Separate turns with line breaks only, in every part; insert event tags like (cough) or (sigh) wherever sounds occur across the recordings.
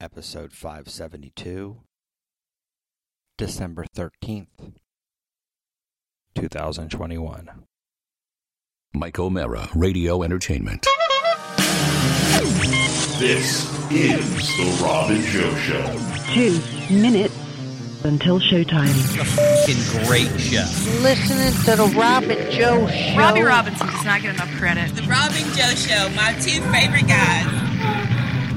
episode 572, December 13th, 2021.
Mike O'Mara, Radio Entertainment.
This is the Rob and Joe Show.
two minutes until showtime.
fucking great show.
listening to the Robin Joe show.
Robbie Robinson does not get enough credit.
The Rob and Joe Show, my two favorite guys.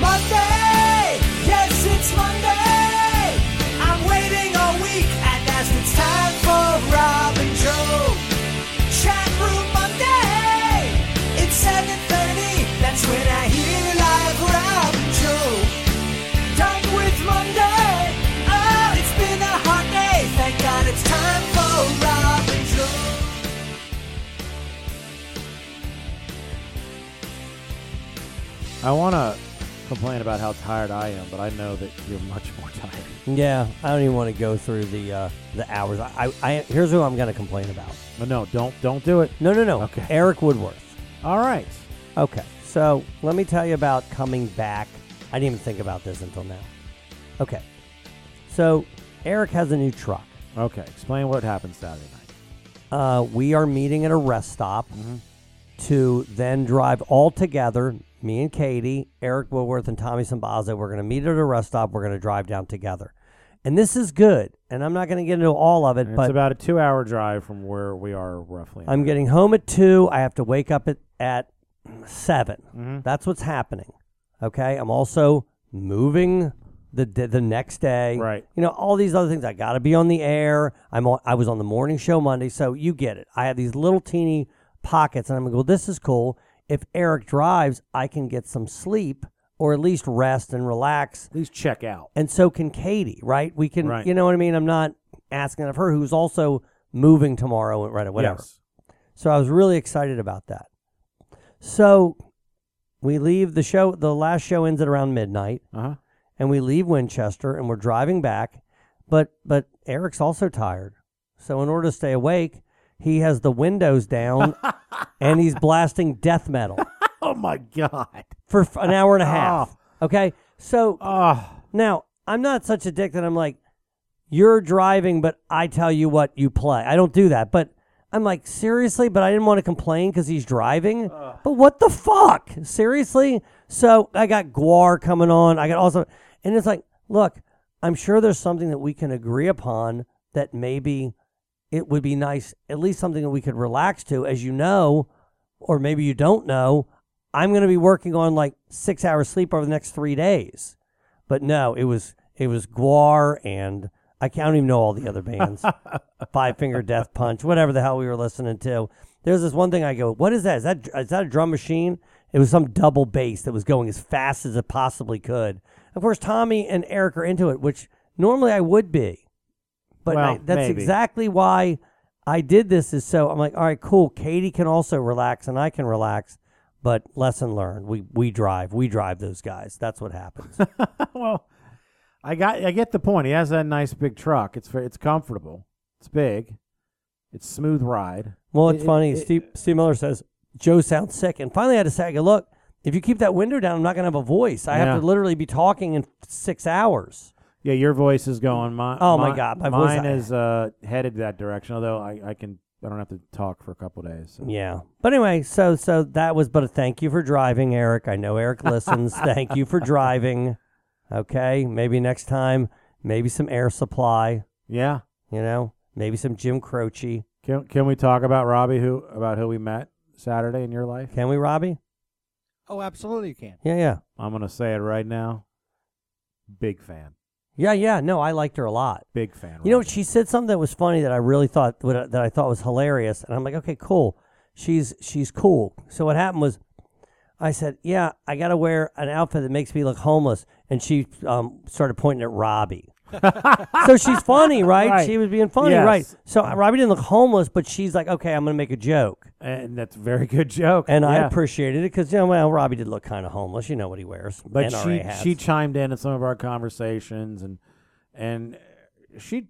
Monday! Yes, it's Monday! I'm waiting all week, and that's it's time for Robin Joe. Chat room Monday! It's 7.30, that's when I hear live Robin Joe. Done with Monday! Oh, it's been a hard day, thank God it's time for Robin Joe.
I want to complain about how tired I am, but I know that you're much (laughs) more tired.
Yeah, I don't even want to go through the uh, the hours. I, I, I here's who I'm going to complain about.
But no, don't don't do it.
No, no, no.
Okay.
Eric Woodworth.
All right.
Okay, so let me tell you about coming back. I didn't even think about this until now. Okay, so Eric has a new truck.
Okay. Explain what happened Saturday night.
Uh, we are meeting at a rest stop
Mm-hmm.
to then drive all together. Me and Katie, Eric Woolworth, and Tommy Simbaza. We're going to meet at a rest stop. We're going to drive down together, and this is good. And I'm not going to get into all of it,
And
but
it's about a two-hour drive from where we are roughly.
I'm getting home at two. I have to wake up at, at 7
Mm-hmm.
That's what's happening. Okay. I'm also moving the d- the next day.
Right.
You know all these other things. I got to be on the air. I'm on. I was on the morning show Monday, so you get it. I have these little teeny pockets, and I'm gonna go. This is cool. If Eric drives, I can get some sleep or at least rest and relax
Please check out.
and so can Katie, right? We can,
Right.
you know what I mean? I'm not asking of her, who's also moving tomorrow, right? Whatever.
Yes.
So I was really excited about that. So we leave the show, the last show ends at around midnight,
Uh huh.
and we leave Winchester and we're driving back. But, but Eric's also tired. So in order to stay awake, he has the windows down and he's blasting death metal
Oh my God.
for f- an hour and a half. Okay. So
Oh.
now, I'm not such a dick that I'm like, you're driving, but I tell you what you play. I don't do that. But I'm like, seriously? But I didn't want to complain because he's driving. But what the fuck? Seriously? So I got Guar coming on. I got also, and it's like, look, I'm sure there's something that we can agree upon that maybe it would be nice, at least something that we could relax to. As you know, or maybe you don't know, I'm going to be working on like six hours sleep over the next three days. But no, it was it was Guar and I can't even know all the other
(laughs)
bands. Five Finger Death Punch, whatever the hell we were listening to. There's this one thing I go, what is that? Is that is that a drum machine? It was some double bass that was going as fast as it possibly could. Of course, Tommy and Eric are into it, which normally I would be, but
Well,
I- that's
maybe.
exactly why I did this. Is so I'm like, all right, cool. Katie can also relax, and I can relax. But lesson learned, we we drive, we drive those guys. That's what happens.
(laughs) well, I got I get the point. He has that nice big truck. It's fa- it's comfortable. It's big. It's smooth ride.
Well, it's
It-
funny.
it-
Steve, Steve Miller says, Joe sounds sick. And finally, I had to say, I go, look, if you keep that window down, I'm not going to have a voice. I
Yeah.
have to literally be talking in six hours.
Yeah, your voice is going. My,
Oh my God, my voice-
mine is uh, headed that direction. Although I, I can I don't have to talk for a couple days. So.
Yeah. But anyway, so so that was, but thank you for driving, Eric. I know Eric
(laughs)
listens. thank you for driving. Okay. Maybe next time, maybe some air supply,
Yeah.
you know, maybe some Jim Croce.
Can can we talk about Robbie who about who we met Saturday in your life?
Can we, Robbie?
Oh, absolutely you can.
Yeah, yeah.
I'm gonna say it right now. Big fan.
Yeah, yeah. No, I liked her a lot.
Big fan.
You know,
Robbie.
she said something that was funny that I really thought what I- that I thought was hilarious, and I'm like, okay, cool. she's she's cool. So what happened was, I said, "Yeah, I gotta wear an outfit that makes me look homeless," and she um, started pointing at Robbie.
(laughs)
so she's funny, right?
Right.
She was being funny,
Yes.
right? So uh, Robbie didn't look homeless, but she's like, "Okay, I'm gonna make a joke,"
and that's a very good joke.
And I
yeah.
appreciated it because, you know, well, Robbie did look kind of homeless. You know what he wears,
But
NRA
she
hats.
she chimed in at some of our conversations, and and she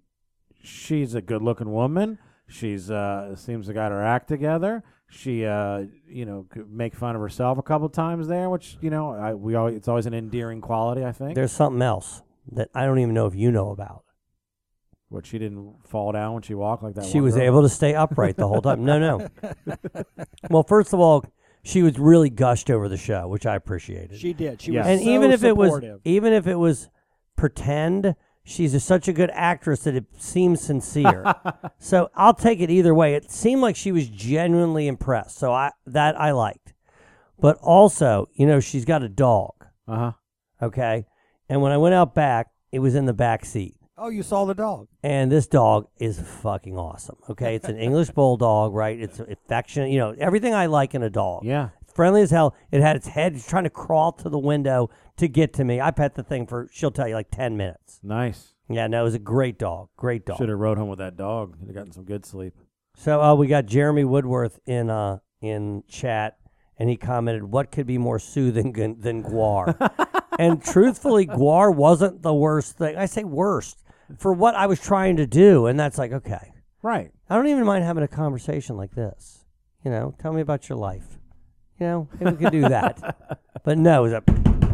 she's a good looking woman. She's uh seems to got her act together. She uh you know could make fun of herself a couple times there, which you know I we always, it's always an endearing quality. I think
There's something else that I don't even know if you know about.
What she didn't fall down when she walked like that.
She
one
was
girl.
able to stay upright the whole time. No,
(laughs)
no. well, first of all, she was really gushed over the show, which I appreciated.
She did. She was
and
so
even if it was
supportive.
even if it was pretend, she's just such a good actress that it
(laughs)
seems sincere. so I'll take it either way. It seemed like she was genuinely impressed. So I that I liked. But also, you know, she's got a dog.
Uh-huh.
Okay. And when I went out back, it was in the back seat.
Oh, you saw the dog.
And this dog is fucking awesome. Okay, it's an English bulldog, right? It's affectionate, you know, everything I like in a dog.
Yeah.
Friendly as hell. It had its head trying to crawl to the window to get to me. I pet the thing for she'll tell you like 10 minutes.
Nice.
Yeah, no, it was a great dog. Great dog.
Should have rode home with that dog. Could have gotten some good sleep.
So uh, we got Jeremy Woodworth in uh, in chat, and he commented, "What could be more soothing than, than guar?" and truthfully, guar wasn't the worst thing. I say worst for what I was trying to do, and that's like okay,
right.
I don't even mind having a conversation like this. You know, tell me about your life. You know, maybe we could do that.
(laughs)
but no, it was a,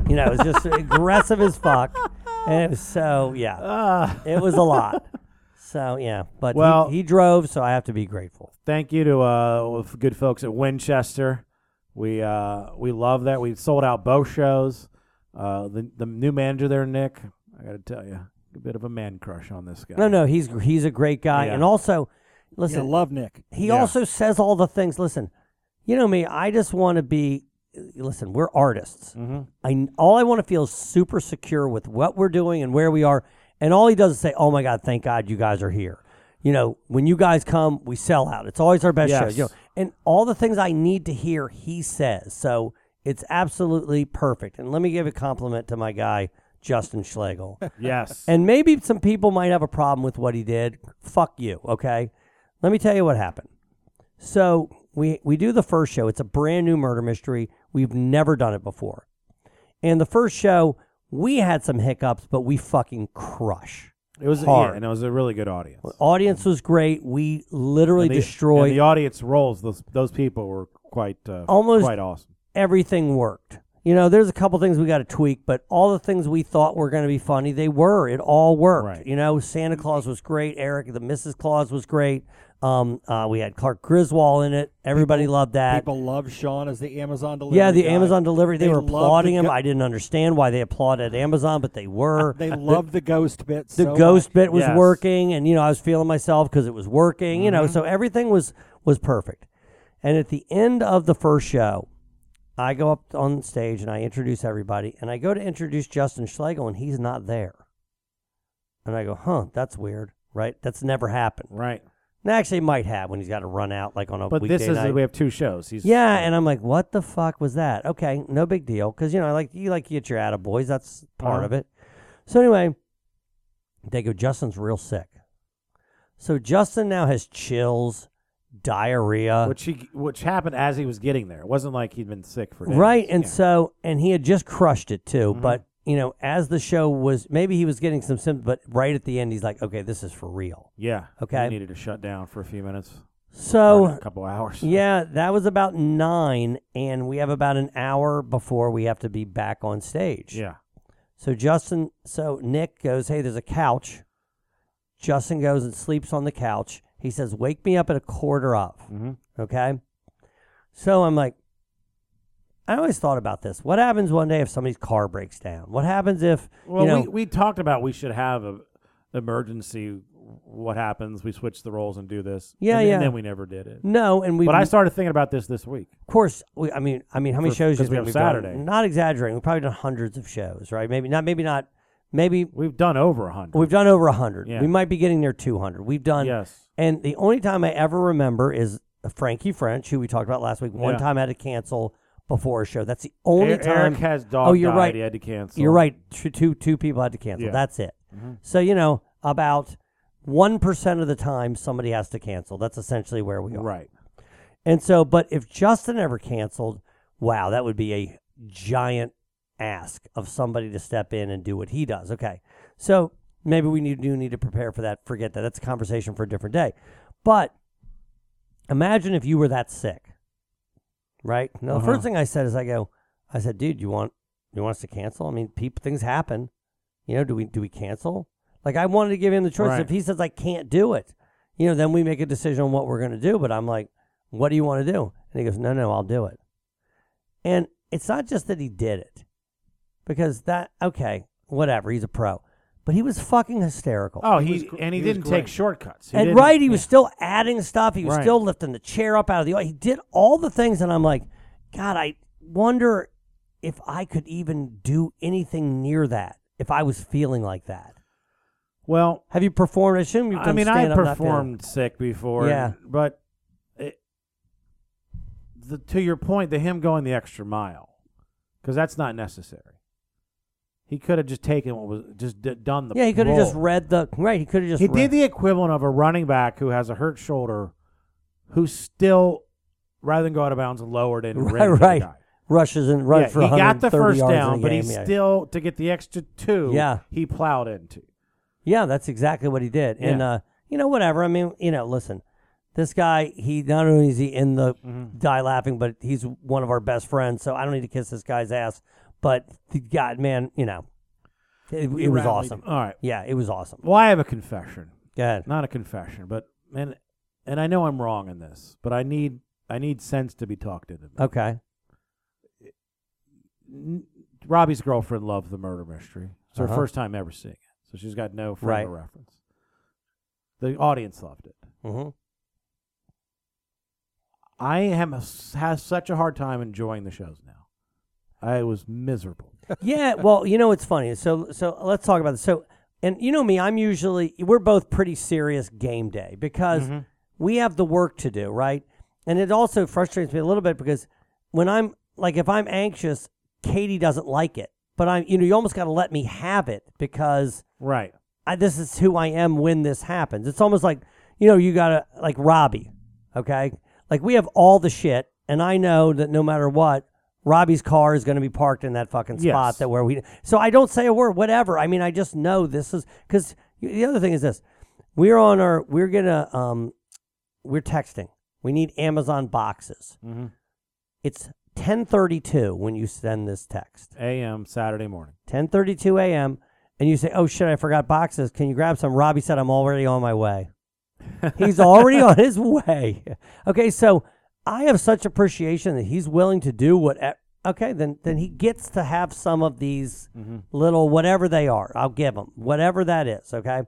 you know, it was just aggressive as fuck, and it was so yeah,
Ah.
it was a lot. So yeah, but he-
Well-
he drove, so I have to be grateful.
Thank you to uh, f- good folks at Winchester. We uh, we love that. We sold out both shows. Uh, the the new manager there, Nick. I got to tell you, a bit of a man crush on this guy.
No, no, he's he's a great guy,
Yeah.
and also, listen,
love Nick.
He
Yeah.
also says all the things. Listen, you know me. I just want to be. Listen, we're artists.
Mhm.
I all I want to feel is super secure with what we're doing and where we are. And all he does is say, "Oh my God, thank God you guys are here." You know, when you guys come, we sell out. It's always our best show.
Yes.
You know, and all the things I need to hear, he says. So it's absolutely perfect. And let me give a compliment to my guy Justin Schlegel.
Yes.
And maybe some people might have a problem with what he did. Fuck you, okay? Let me tell you what happened. So we we do the first show. It's a brand new murder mystery. We've never done it before. And the first show, we had some hiccups, but we fucking crush.
It was
hard.
yeah, and it was a really good audience.
Audience was great. We literally
And the,
destroyed
and the audience roles. Those those people were quite uh,
almost
quite awesome.
Everything worked. You know, there's a couple things we got to tweak, but all the things we thought were going to be funny, they were. It all worked. You know, Santa Claus was great. Eric, the Mrs. Claus was great. Um, uh, we had Clark Griswold in it. Everybody loved that.
People love Sean as the Amazon delivery.
yeah, the
guy.
Amazon delivery. They, were
loved the
applauding him.
go-
I didn't understand why they applauded Amazon, but they were. (laughs)
They loved the ghost bit.
the
so
ghost
much.
bit was working and you know i was feeling myself because it was working you know
Mm-hmm.
so everything was was perfect and at the end of the first show i go up on stage and i introduce everybody and i go to introduce justin schlegel and he's not there and i go huh that's weird right that's never happened
right
and actually it might have when he's got to run out like on a
But
weekday
this is
night.
we have two shows. He's
Yeah, and I'm like, what the fuck was that? Okay, no big deal, because you know, I like you like to get your attaboys. boys. That's part
Uh-huh.
of it. So anyway, they go. Justin's real sick. So Justin now has chills, diarrhea,
which he which happened as he was getting there. It wasn't like he'd been sick for days.
right? And so, and he had just crushed it too.
Mm-hmm.
But you know, as the show was, maybe he was getting some symptoms, but right at the end, he's like, okay, this is for real.
Yeah.
Okay.
He needed to shut down for a few minutes.
So
Or a couple hours.
Yeah, that was about nine, and we have about an hour before we have to be back on stage.
(laughs) Yeah.
So Justin, so Nick goes, "Hey, there's a couch." Justin goes and sleeps on the couch. He says, "Wake me up at a quarter of."
Mhm.
Okay. So I'm like, I always thought about this. What happens one day if somebody's car breaks down? What happens if
Well,
you know,
we, we talked about we should have a emergency. What happens? We switch the roles and do this.
Yeah,
and, then-
yeah.
And then we never did it.
No, and we-
But I started thinking about this this week.
Of course, we, I mean, I mean, how many
For-
shows
'cause
do
we
you
have
think we've done?
Saturday.
Not exaggerating. We've probably done hundreds of shows, right? Maybe not. Maybe not. Maybe
we've done over a hundred.
We've done over a hundred.
Yeah.
We might be getting near two hundred. We've done.
Yes.
And the only time I ever remember is Frankie French, who we talked about last week, one
Yeah.
time had to cancel before a show. That's the only
E-, Eric
time
has dog
Oh, you're
died.
right.
He had to cancel.
You're right. Two two, two people had to cancel.
Yeah.
That's it.
Mhm.
So you know about one percent of the time somebody has to cancel. That's essentially where we are.
Right.
And so, but if Justin ever canceled, wow, that would be a giant ask of somebody to step in and do what he does. Okay. So maybe we need, do need to prepare for that. Forget that. That's a conversation for a different day. But imagine if you were that sick, right? Now, the
Uh-huh.
first thing I said is, I go, I said, dude, you want you want us to cancel? I mean, peop things happen. You know, do we do we cancel? Like, I wanted to give him the choice.
Right.
If he says I can't do it, you know, then we make a decision on what we're going to do. But I'm like, what do you want to do? And he goes, no, no, I'll do it. And it's not just that he did it, because that okay, whatever. He's a pro, but he was fucking hysterical.
Oh, he, and he, didn't take shortcuts. He
and
didn't-
right, he was still adding stuff. He was
Right.
still lifting the chair up out of the. au- He did all the things, and I'm like, God, I wonder if I could even do anything near that if I was feeling like that.
Well,
have you performed? I assume you've.
I
done
mean, I
stand-up, not feeling-
performed sick before.
Yeah.
and- but it, the, to your point, the him going the extra mile, because that's not necessary. He could have just taken what was just d- done the.
Yeah, he could have
role.
just read the right. He could have just.
he
read- (laughs)
did the equivalent of a running back who has a hurt shoulder, who still, rather than go out of bounds, lowered
(laughs)
and ran
right,
into the
right.
guy.
Rushes and run
yeah,
for
he got the
130
first
yards in
down,
the
but he
game, yeah.
still to get the extra two.
Yeah.
he plowed into.
Yeah, that's exactly what he did. And
Yeah.
uh, you know, whatever. I mean, you know, listen, this guy, he not only is he in the
Mm-hmm.
die laughing, but he's one of our best friends. So I don't need to kiss this guy's ass. But the God, man, you know, it, it
We
was
rallied.
awesome.
All right.
yeah, it was awesome.
Well, I have a confession.
Go ahead.
Not a confession, but and and I know I'm wrong in this, but I need I need sense to be talked into. me.
Okay.
N- Robbie's girlfriend loved the murder mystery. It's her
Uh-huh.
first time ever seeing it, so she's got no frame of
Right.
reference. The audience loved it.
Mm-hmm.
I am a s has such a hard time enjoying the shows now. I was
(laughs)
miserable.
yeah, well, you know it's funny. So so let's talk about this. So and you know me, I'm usually we're both pretty serious game day because
Mhm.
we have the work to do, right? And it also frustrates me a little bit because when I'm like if I'm anxious, Katie doesn't like it. But I'm you know, you almost gotta let me have it because
Right.
I, this is who I am when this happens. It's almost like, you know, you gotta like Robbie, okay? Like we have all the shit, and I know that no matter what, Robbie's car is gonna be parked in that fucking
Yes.
spot that where we. So I don't say a word, whatever. I mean, I just know this is because the other thing is this: we're on our, we're gonna, um, we're texting. We need Amazon boxes.
Mhm.
It's ten thirty-two when you send this text.
A.M. Saturday morning.
10:32 a.m. and you say, "Oh shit, I forgot boxes. Can you grab some?" Robbie said, "I'm already on my way." he's already on his way. Okay, so I have such appreciation that he's willing to do what. Okay, then then he gets to have some of these
Mhm.
little whatever they are. I'll give him whatever that is. Okay,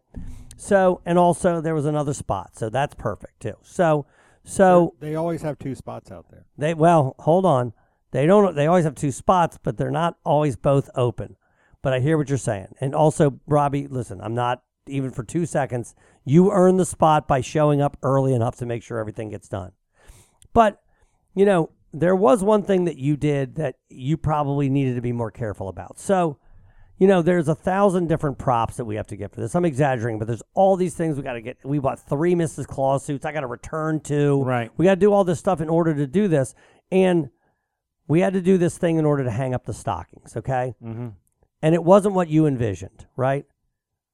so and also there was another spot, so that's perfect too. So so
They always have two spots out there.
they well, hold on. They don't. They always have two spots, but they're not always both open. But I hear what you're saying, and also Robbie, listen. I'm not even for two seconds. You earn the spot by showing up early enough to make sure everything gets done. But you know, there was one thing that you did that you probably needed to be more careful about. So, you know, there's a thousand different props that we have to get for this. I'm exaggerating, but there's all these things we got to get. We bought three Mrs. Claus suits. I got to return to.
Right.
We got to do all this stuff in order to do this, and we had to do this thing in order to hang up the stockings. Okay.
Mm-hmm.
And it wasn't what you envisioned, right?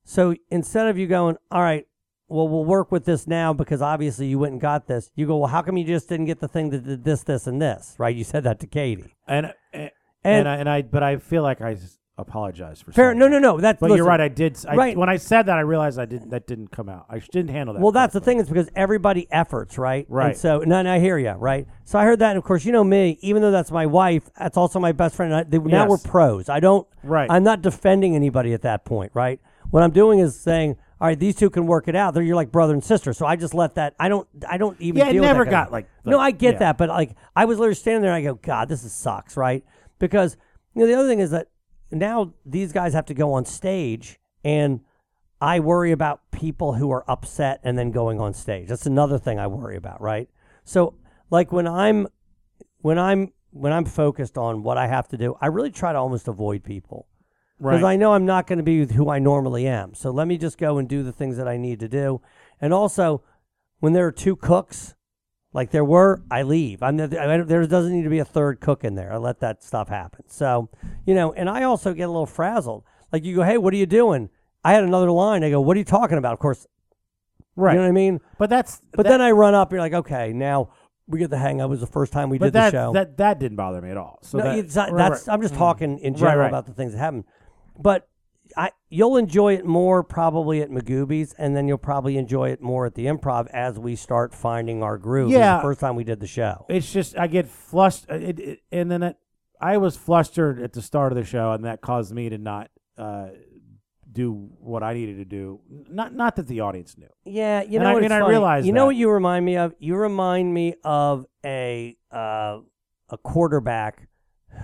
So instead of you going, all right, well, we'll work with this now because obviously you went and got this, you go, well, how come you just didn't get the thing that did this, this, and this, right? You said that to Katie.
And and
And-
and I, and I but I feel like I s- apologize for
Fair,
saying
no,
that.
no, no. That's
But you're
listen.
right. I did. s- I,
Right.
When I said that, I realized I didn't. That didn't come out. I sh- didn't handle that.
Well, that's the thing. It's because everybody efforts, right?
Right.
And so, no, no, I hear you, right? So I heard that, and of course, you know me. Even though that's my wife, that's also my best friend. and I, they, Now
Yes.
we're pros. I don't.
Right.
I'm not defending anybody at that point, right? What I'm doing is saying, all right, these two can work it out. They're you're like brother and sister. So I just let that. I don't. I don't even.
Yeah, it
deal with that
never
kind of-
got, like-
No, I
like-
get
yeah.
that, but like I was literally standing there, and I go, God, this is sucks, right? Because you know the other thing is that now these guys have to go on stage and. I worry about people who are upset and then going on stage. That's another thing I worry about, right? So like when I'm when I'm when I'm focused on what I have to do, I really try to almost avoid people. Because
Right.
I know I'm not going to be with who I normally am. So let me just go and do the things that I need to do. And also, when there are two cooks, like there were, I leave. I'm not- I don't- there doesn't need to be a third cook in there. I let that stuff happen. So you know, and I also get a little frazzled. Like you go, hey, what are you doing? I had another line. I go, what are you talking about? Of course,
Right.
You know what I mean?
But that's
but then I run up. You're like, okay, now we get the hang of. It was the first time we
but
did the
that,
show.
that that didn't bother me at all. So
no,
that,
it's not-
right,
that's.
right.
I'm just
Mm.
talking in
Right,
general
right.
about the things that happen. But I, you'll enjoy it more probably at Magoobies, and then you'll probably enjoy it more at the Improv as we start finding our groove. It was
Yeah.
the first time we did the show.
It's just I get flustered, it, it, and then it, I was flustered at the start of the show, and that caused me to not uh, do what I needed to do. Not not that the audience knew.
Yeah, you
And
know
I-
what?
and
it's
I
funny.
realize
You know
that.
what you remind me of? You remind me of a uh, a quarterback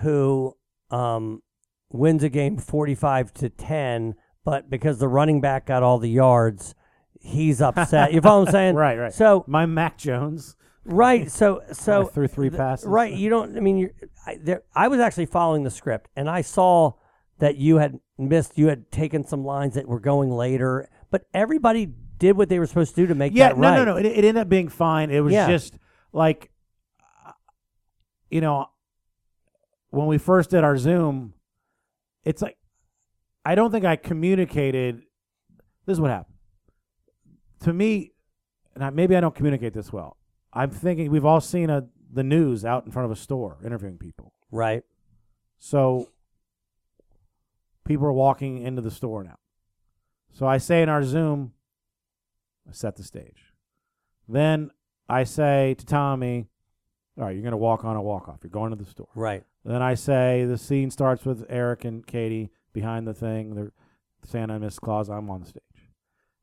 who um, wins a game forty-five to ten, but because the running back got all the yards, he's upset. you follow what I'm (laughs) saying?
(laughs) Right, right.
So
my Mac Jones.
Right. So so
threw three
th-
passes.
Right. You don't. I mean, you're, I, there, I was actually following the script, and I saw that you had missed. You had taken some lines that were going later, but everybody did what they were supposed to do to make
yeah,
that
no,
right.
no, no. It, it ended up being fine. It was
Yeah.
just like, you know, when we first did our Zoom, it's like, I don't think I communicated. This is what happened to me, and I, maybe I don't communicate this well. I'm thinking we've all seen a, the news out in front of a store interviewing people.
Right.
So people are walking into the store now. So I say in our Zoom, I set the stage. Then I say to Tommy, all right, you're going to walk on a walk off. You're going to the store.
Right.
Then I say the scene starts with Eric and Katie behind the thing. They're saying I miss Claus. I'm on the stage.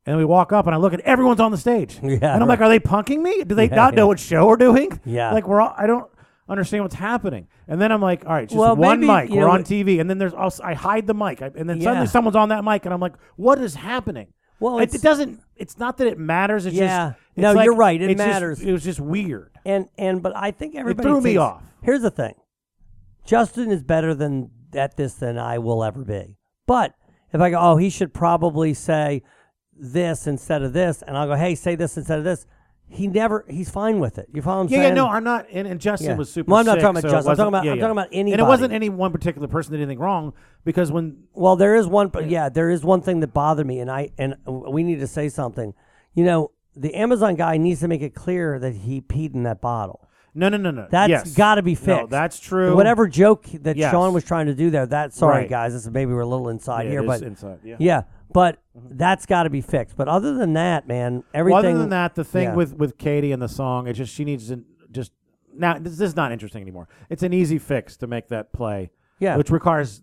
And we walk up and I look at everyone's on the stage.
(laughs) Yeah,
and I'm like,
right.
are they punking me? Do they
Yeah,
not
yeah.
know what show we're doing?
Yeah.
Like we're all I don't understand what's happening. And then I'm like, all right, just
Well,
one
maybe,
mic.
you
We're
know,
on TV. And then there's also I hide the mic. I, and then
Yeah.
suddenly someone's on that mic and I'm like, what is happening?
Well,
it,
it's-
it doesn't it's not that it matters. It's
Yeah.
just it's
No,
like-
you're right. It
it's just-
matters.
it was just weird.
And and but I think everybody
threw me
thinks-
off.
Here's the thing: Justin is better than at this than I will ever be. But if I go, oh, he should probably say this instead of this, and I'll go, hey, say this instead of this. He never. He's fine with it. You follow what I'm
Yeah,
saying?
yeah, no, I'm not. And, and Justin
Yeah.
was super.
Well, I'm not
sick,
talking about
so it
Justin. I'm talking
wasn't-
about-
yeah,
I'm
yeah.
talking about
And
anybody.
it wasn't any one particular person that did anything wrong because when
Well, there is one, but yeah, there is one thing that bothered me, and I and we need to say something. You know, the Amazon guy needs to make it clear that he peed in that bottle.
no, no, no, no.
That's
yes.
got to be fixed.
No, that's true.
Whatever joke that
Yes.
Sean was trying to do there, that sorry
Right.
guys, this is maybe we're a little inside
Yeah,
here,
it
but
is inside, yeah.
but that's got to be fixed. But other than that, man,
Well,
everything.
other than that, the thing
yeah.
with with Katie and the song, it's just she needs to just now. This, this is not interesting anymore. It's an easy fix to make that play.
Yeah.
which requires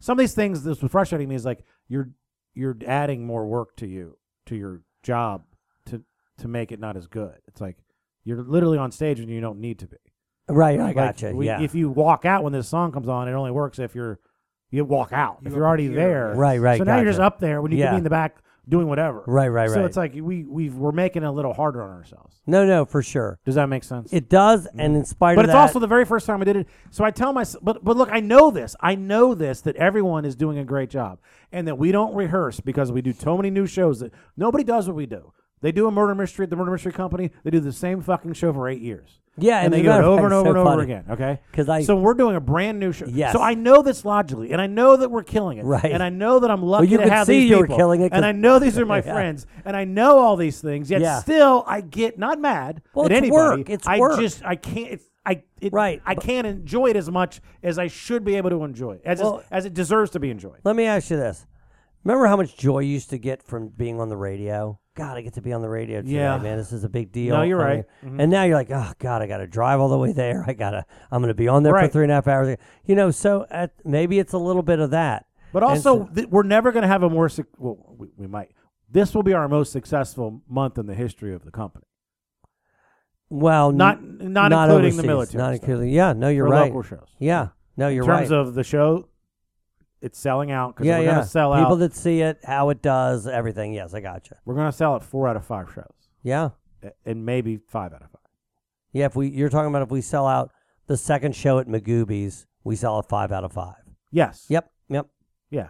some of these things. This was frustrating me is like you're you're adding more work to you to your job to to make it not as good. It's like you're literally on stage and you don't need to be.
right, I
Like,
gotcha.
we-
yeah,
If you walk out when this song comes on, it only works if you're you walk out. if you're already there,
Right, right,
So now you're just
gotcha.
up there when you can
Yeah.
be in the back doing whatever.
Right, right,
So
right.
it's like we we we're making it a little harder on ourselves.
no, no, for sure,
Does that make sense?
it does. And in spite
but
of
it's
that,
also the very first time I did it. So I tell myself, but but look, I know this. I know this that everyone is doing a great job, and that we don't rehearse because we do so many new shows that nobody does what we do. They do a murder mystery at the murder mystery company. They do the same fucking show for eight years.
Yeah,
and,
and
they
as a
go
matter of
over and
fact,
over
it's
and
so
over
funny.
again. Okay,
'Cause I-
so we're doing a brand new show.
Yes.
So I know this logically, and I know that we're killing it.
Right.
And I know that I'm lucky
you
to
could
have
see
these
you were
people.
killing it 'cause-
and I know these are my
(laughs) Yeah.
friends, and I know all these things. Yet
Yeah.
still, I get not mad
Well,
at
it's
anybody.
work. It's
I
work.
just I can't. It's, I it,
Right,
I
but-
can't enjoy it as much as I should be able to enjoy it, as
Well-
it, as it deserves to be enjoyed.
Let me ask you this. Remember how much joy you used to get from being on the radio? God, I get to be on the radio today,
Yeah.
man. This is a big deal.
No, you're
I
right. Mm-hmm.
mean, And now you're like, oh God, I got to drive all the way there. I gotta, I'm gonna be on there
Right.
for three and a half hours. You know, so at, maybe it's a little bit of that.
But
And
also,
so-
th- we're never going to have a more. Suc- well, we, we might. This will be our most successful month in the history of the company.
well, n-
Not- not including the
overseas,
military
not
stuff.
including. Yeah, no, you're
For
right.
local shows.
Yeah, no, you're
in terms
right.
of the show, it's selling out because
yeah,
we're
yeah.
going to sell
People
out.
that see it, how it does, everything. Yes, I gotcha.
we're going to sell out four out of five shows,
Yeah,
a- and maybe five out of five.
Yeah, if we you're talking about if we sell out the second show at Magoobies, we sell a five out of five.
Yes.
Yep. Yep.
Yeah.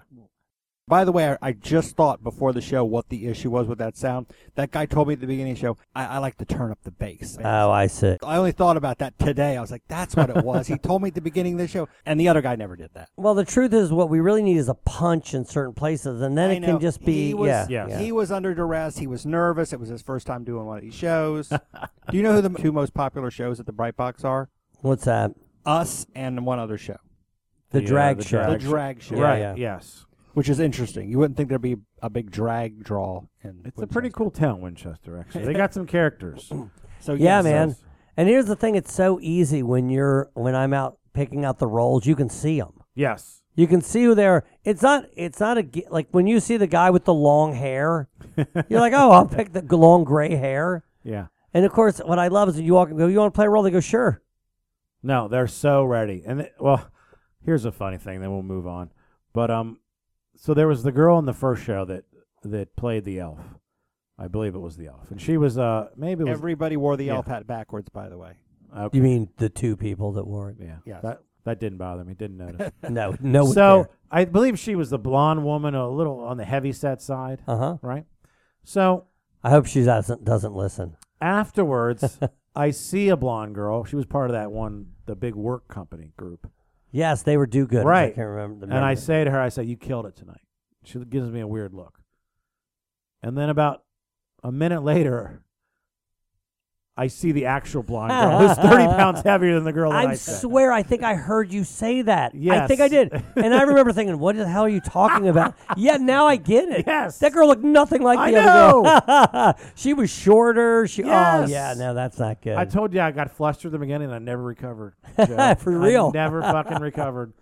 By the way, I, I just thought before the show what the issue was with that sound. That guy told me at the beginning of the show, I, I like to turn up the bass. And
Oh, I see.
I only thought about that today. I was like, that's what it
(laughs)
was. he told me at the beginning of the show, and the other guy never did that.
Well, the truth is, what we really need is a punch in certain places, and then
I
it
know.
can just be
He was,
yeah,
He was under duress. He was nervous. It was his first time doing one of these
(laughs)
shows. Do you know who the two most popular shows at the Bright Box are?
What's that?
Us and one other show.
The Yeah, drag the
the
show. drag
The drag
show.
show.
Right, Yeah, yeah.
Yes.
Which is interesting. You wouldn't think there'd be a big drag draw. In
It's a pretty cool town, Winchester. Actually, they got some
(laughs)
characters.
so
yeah,
yes,
man.
those-
And here's the thing: it's so easy when you're when I'm out picking out the rolls, you can see them.
Yes. (laughs)
You can see who they're. It's not. It's not a g- like when you see the guy with the long hair, you're like, oh, I'll pick the g- long gray hair.
Yeah.
And of course, what I love is when you walk and go, you want to play a roll? They go, sure.
No, they're so ready. And they, well, here's a funny thing. Then we'll move on. But um, so there was the girl in the first show that that played the elf. I believe it was the elf, and she was uh maybe it was
Everybody wore the
Yeah.
elf hat backwards, by the way.
Okay.
You mean the two people that wore it?
Yeah.
Yes.
That that didn't bother me. Didn't notice.
No, no one
So I believe she was the blonde woman, a little on the heavy set side.
Uh huh.
Right. So
I hope she doesn't doesn't listen. (laughs)
afterwards, I see a blonde girl. She was part of that one, the big work company group.
Yes, they were do good.
Right.
I can't remember.
and I say to her, I say, "You killed it tonight." She gives me a weird look. And then about a minute later, I see the actual blonde girl,
(laughs)
who's thirty pounds heavier than the girl that
I
I said.
swear, I think I heard you say that. I think
Yes.
I did, and
(laughs)
I remember thinking, "What the hell are you talking about?" yeah, now I get it. Yes, that girl looked nothing like
I
the other girl. (laughs) she was shorter. She,
Yes.
oh yeah, no, that's not good.
I told you I got flustered in the beginning and I
(laughs)
never recovered. Joe.
For
I
real. (laughs)
never fucking recovered.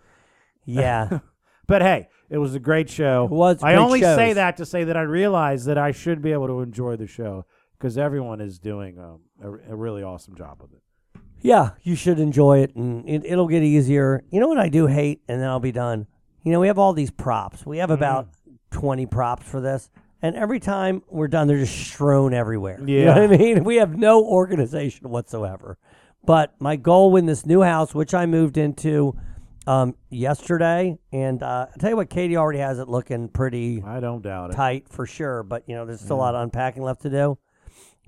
yeah,
But hey, it was a great show. It
was
I
great
only say
shows.
that to say that I realize that I should be able to enjoy the show because everyone is doing um, a, a really awesome job with it.
yeah, you should enjoy it, and it, it'll get easier. You know what I do hate, and then I'll be done. You know, we have all these props. We have about twenty props for this, and every time we're done, they're just strewn everywhere. You know
Yeah.
what I mean? mean, (laughs) we have no organization whatsoever. But my goal in this new house, which I moved into um, yesterday, and uh, I tell you what, Katie already has it looking pretty
I don't doubt it.
tight for sure. But you know, there's still a lot of unpacking left to do.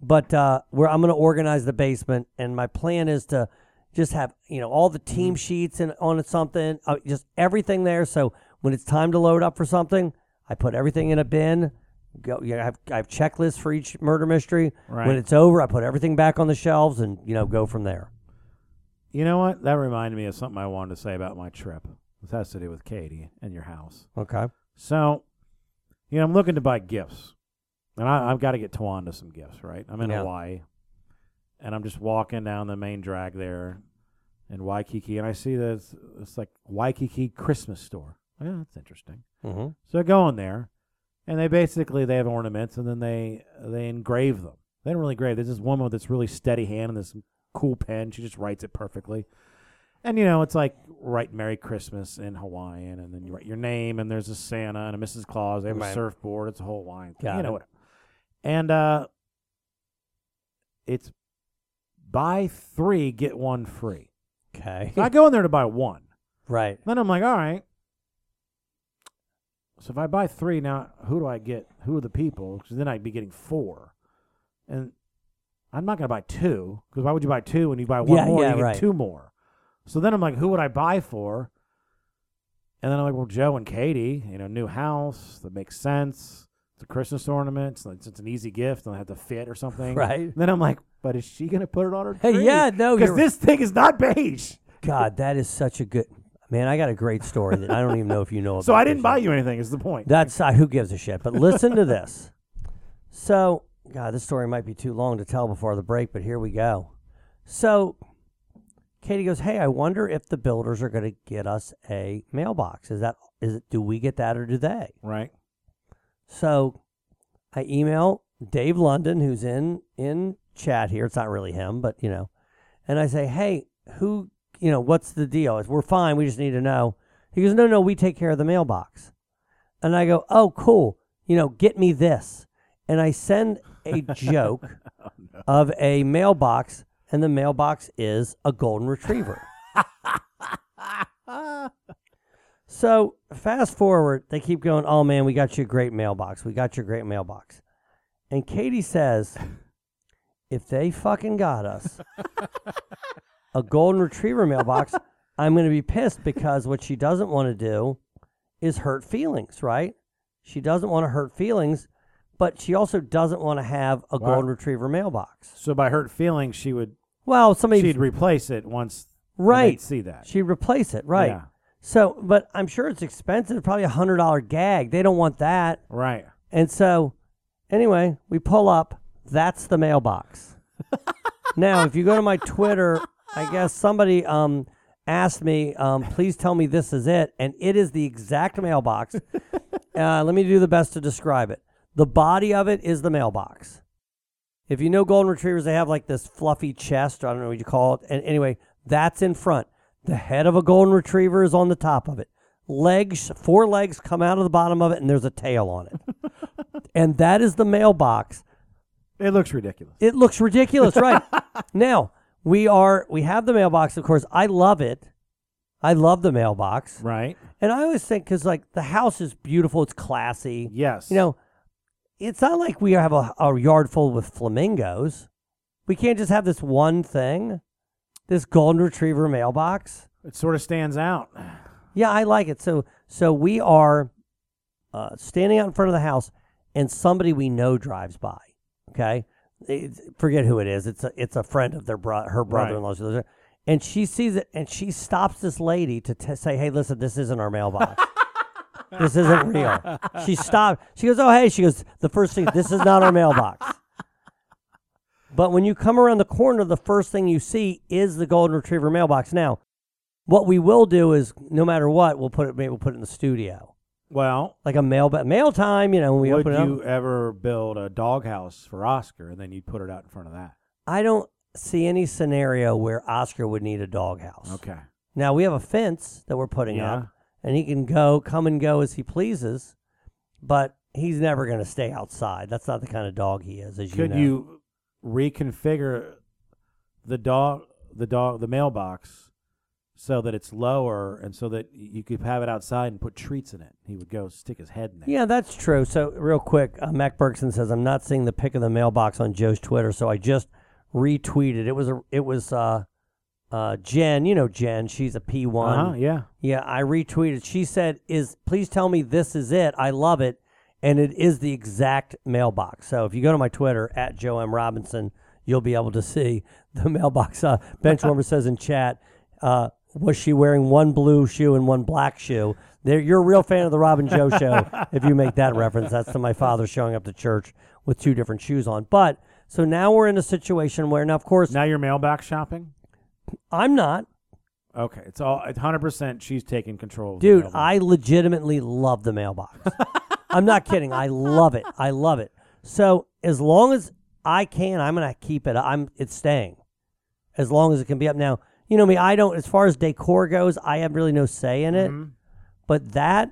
But uh, where I'm going to organize the basement, and my plan is to just have you know all the team
Mm.
sheets and on something, uh, just everything there. So when it's time to load up for something, I put everything in a bin. Go, you know, I have I have checklists for each murder mystery.
Right.
When it's over, I put everything back on the shelves, and you know, go from there.
You know what? That reminded me of something I wanted to say about my trip. This has to do with Katie and your house.
Okay.
So, you know, I'm looking to buy gifts, and I, I've got to get Tawanda some gifts, right? I'm in
Yeah.
Hawaii, and I'm just walking down the main drag there in Waikiki, and I see this it's like Waikiki Christmas store. Yeah, that's interesting.
Mm-hmm.
So I go in there, and they basically they have ornaments, and then they they engrave them. They don't really engrave. There's this woman with this really steady hand and this cool pen. She just writes it perfectly. And you know, it's like write "Merry Christmas" in Hawaiian, and then you write your name, and there's a Santa and a Mrs. Claus. They have
Right.
a surfboard. It's a whole wine. Thing,
Got
you know
it.
whatever. And uh, it's buy three get one free.
Okay.
So I go in there to buy one.
(laughs) right.
Then I'm like, all right. So if I buy three now, who do I get? Who are the people? Because then I'd be getting four, and I'm not gonna buy two because why would you buy two when you buy one
Yeah,
more?
yeah,
you get
right.
two more. So then I'm like, who would I buy for? And then I'm like, well, Joe and Katie, you know, new house that makes sense. It's a Christmas ornament. It's, it's an easy gift. Don't have to fit or something.
Right.
Then I'm like, but is she gonna put it on her
Hey,
tree?
yeah, no,
because
you're-
this thing is not beige.
God, that is such a good man. I got a great story that I don't even know if you know about.
(laughs) So I didn't
this
buy
yet.
you anything. Is the point?
That's uh, who gives a shit. But listen to this. (laughs) So, God, this story might be too long to tell before the break, but here we go. So, Katie goes, "Hey, I wonder if the builders are going to get us a mailbox. Is that is it? Do we get that or do they?"
Right.
So, I email Dave London, who's in in chat here. It's not really him, but you know, and I say, "Hey, who? You know, what's the deal? We're fine. We just need to know." He goes, "No, no, we take care of the mailbox." And I go, "Oh, cool. You know, get me this." And I send a joke of a mailbox and the mailbox is a golden retriever. Ah. so fast forward, they keep going, oh man, we got you a great mailbox. We got your great mailbox. And Katie says, if they fucking got us a golden retriever mailbox, I'm going to be pissed because what she doesn't want to do is hurt feelings, right? She doesn't want to hurt feelings, but she also doesn't want to have a
Wow.
golden retriever mailbox.
So by hurt feelings, she would.
Well, somebody
she'd replace it once. when they'd
Right.
See that.
She'd replace it, right?
Yeah.
So, but I'm sure it's expensive, probably a hundred dollar gag. They don't want that,
right?
And so, anyway, we pull up. That's the mailbox. now, if you go to my Twitter, I guess somebody um asked me, um, please tell me this is it, and it is the exact mailbox. uh, let me do the best to describe it. The body of it is the mailbox. If you know golden retrievers, they have like this fluffy chest. I don't know what you call it. And anyway, that's in front. The head of a golden retriever is on the top of it. Legs, four legs come out of the bottom of it, and there's a tail on it. and that is the mailbox.
It looks ridiculous.
It looks ridiculous, right? now we are we have the mailbox. Of course, I love it. I love the mailbox.
Right.
And I always think because like the house is beautiful, it's classy.
Yes.
You know, it's not like we have a, a yard full with flamingos. We can't just have this one thing, this golden retriever mailbox.
It sort of stands out.
Yeah, I like it. So so we are uh, standing out in front of the house, and somebody we know drives by. Okay, It's- forget who it is. It's a it's a friend of their bro- her brother in law's and she sees it, and she stops this lady to t- say, "Hey, listen, this isn't our mailbox. this isn't real." She stopped. She goes, "Oh, hey." She goes, "The first thing, this is not our mailbox." But when you come around the corner, the first thing you see is the golden retriever mailbox. Now, what we will do is, no matter what, we'll put it. Maybe we'll put it in the studio,
Well,
like a mail mail time. You know, when we
would
open it
you
up.
ever build a doghouse for Oscar and then you'd put it out in front of that?
I don't see any scenario where Oscar would need a doghouse.
Okay.
Now we have a fence that we're putting
Yeah.
up, and he can go, come and go as he pleases, but he's never going to stay outside. That's not the kind of dog he is, as
Could
you know.
you reconfigure the dog, the dog, the mailbox, so that it's lower and so that you could have it outside and put treats in it? He would go stick his head in there.
Yeah, that's true. So, real quick, uh, Mac Bergson says I'm not seeing the pic of the mailbox on Joe's Twitter, so I just retweeted. It was a, it was uh, uh, Jen. You know Jen. She's a P one.
Uh-huh, yeah.
Yeah, I retweeted. She said, "Is please tell me this is it? I love it, and it is the exact mailbox." So if you go to my Twitter at Joe M Robinson, you'll be able to see (laughs) the mailbox. Uh, Benchwarmer says in chat, uh, "Was she wearing one blue shoe and one black shoe?" There, you're a real fan of the Robin Joe show if you make that reference. That's to my father showing up to church with two different shoes on. But so now we're in a situation where now, of course,
now you're mailbox shopping.
I'm not.
Okay, it's all it's hundred percent. She's taking control, of the
Dude,
mailbox.
I legitimately love the mailbox.
(laughs)
I'm not kidding. I love it. I love it. So as long as I can, I'm gonna keep it. I'm it's staying. As long as it can be up. Now, you know me, I don't as far as decor goes, I have really no say in it.
Mm-hmm.
But that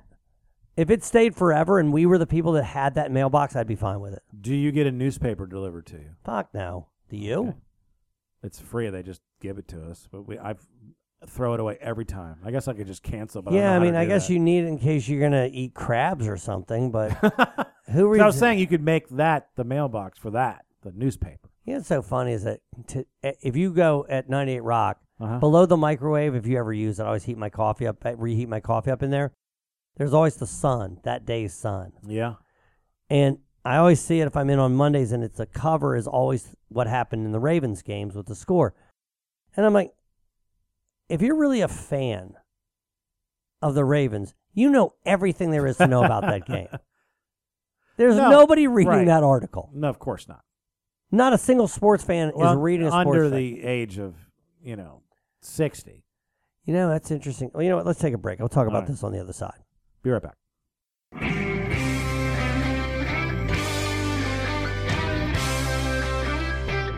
if it stayed forever and we were the people that had that mailbox, I'd be fine with it.
Do you get a newspaper delivered to you?
Fuck no. Do you?
It's free. They just give it to us, but we I throw it away every time. I guess I could just cancel. But
yeah, I
I,
mean I guess you need it in case you're gonna eat crabs or something,
(laughs)
but who reads
I was saying you could make that the mailbox for that the newspaper.
You know what's so funny is that to, e, if you go at 98 Rock,
Uh-huh.
below the microwave, if you ever use it, I always heat my coffee up, I reheat my coffee up in there. There's always the sun, that day's sun.
Yeah.
And I always see it if I'm in on Mondays, and it's the cover is always what happened in the Ravens games with the score. And I'm like, if you're really a fan of the Ravens, you know everything there is to know about that
(laughs)
game. There's
No,
nobody reading
right.
that article.
No, of course not.
Not a single sports fan
Well,
is reading a sports
under
fan.
the age of you know sixty.
You know, that's interesting. Well, you know what? Let's take a break. I'll talk about
right.
this on the other side.
Be right back.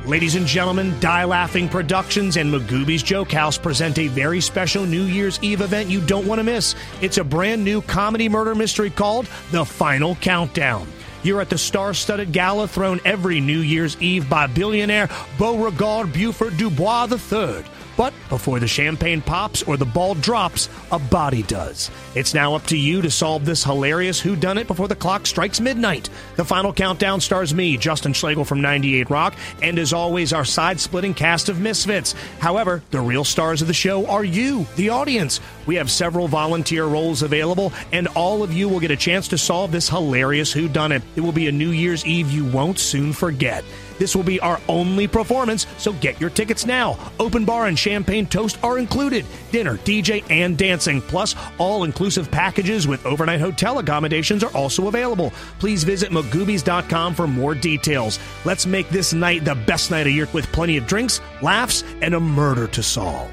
Ladies and gentlemen, Die Laughing Productions and Magooby's Joke House present a very special New Year's Eve event you don't want to miss. It's a brand new comedy murder mystery called The Final Countdown. You're at the star-studded gala thrown every New Year's Eve by billionaire Beauregard Buford Dubois III. But before the champagne pops or the ball drops, a body does. It's now up to you to solve this hilarious whodunit before the clock strikes midnight. The final countdown stars me, Justin Schlegel from 98 Rock, and as always, our side splitting cast of misfits. However, the real stars of the show are you, the audience. We have several volunteer roles available, and all of you will get a chance to solve this hilarious whodunit. It will be a New Year's Eve you won't soon forget. This will be our only performance, so get your tickets now. Open bar and champagne toast are included. Dinner, DJ, and dancing, plus all inclusive packages with overnight hotel accommodations are also available. Please visit magoobies.com for more details. Let's make this night the best night of year with plenty of drinks, laughs, and a murder to solve.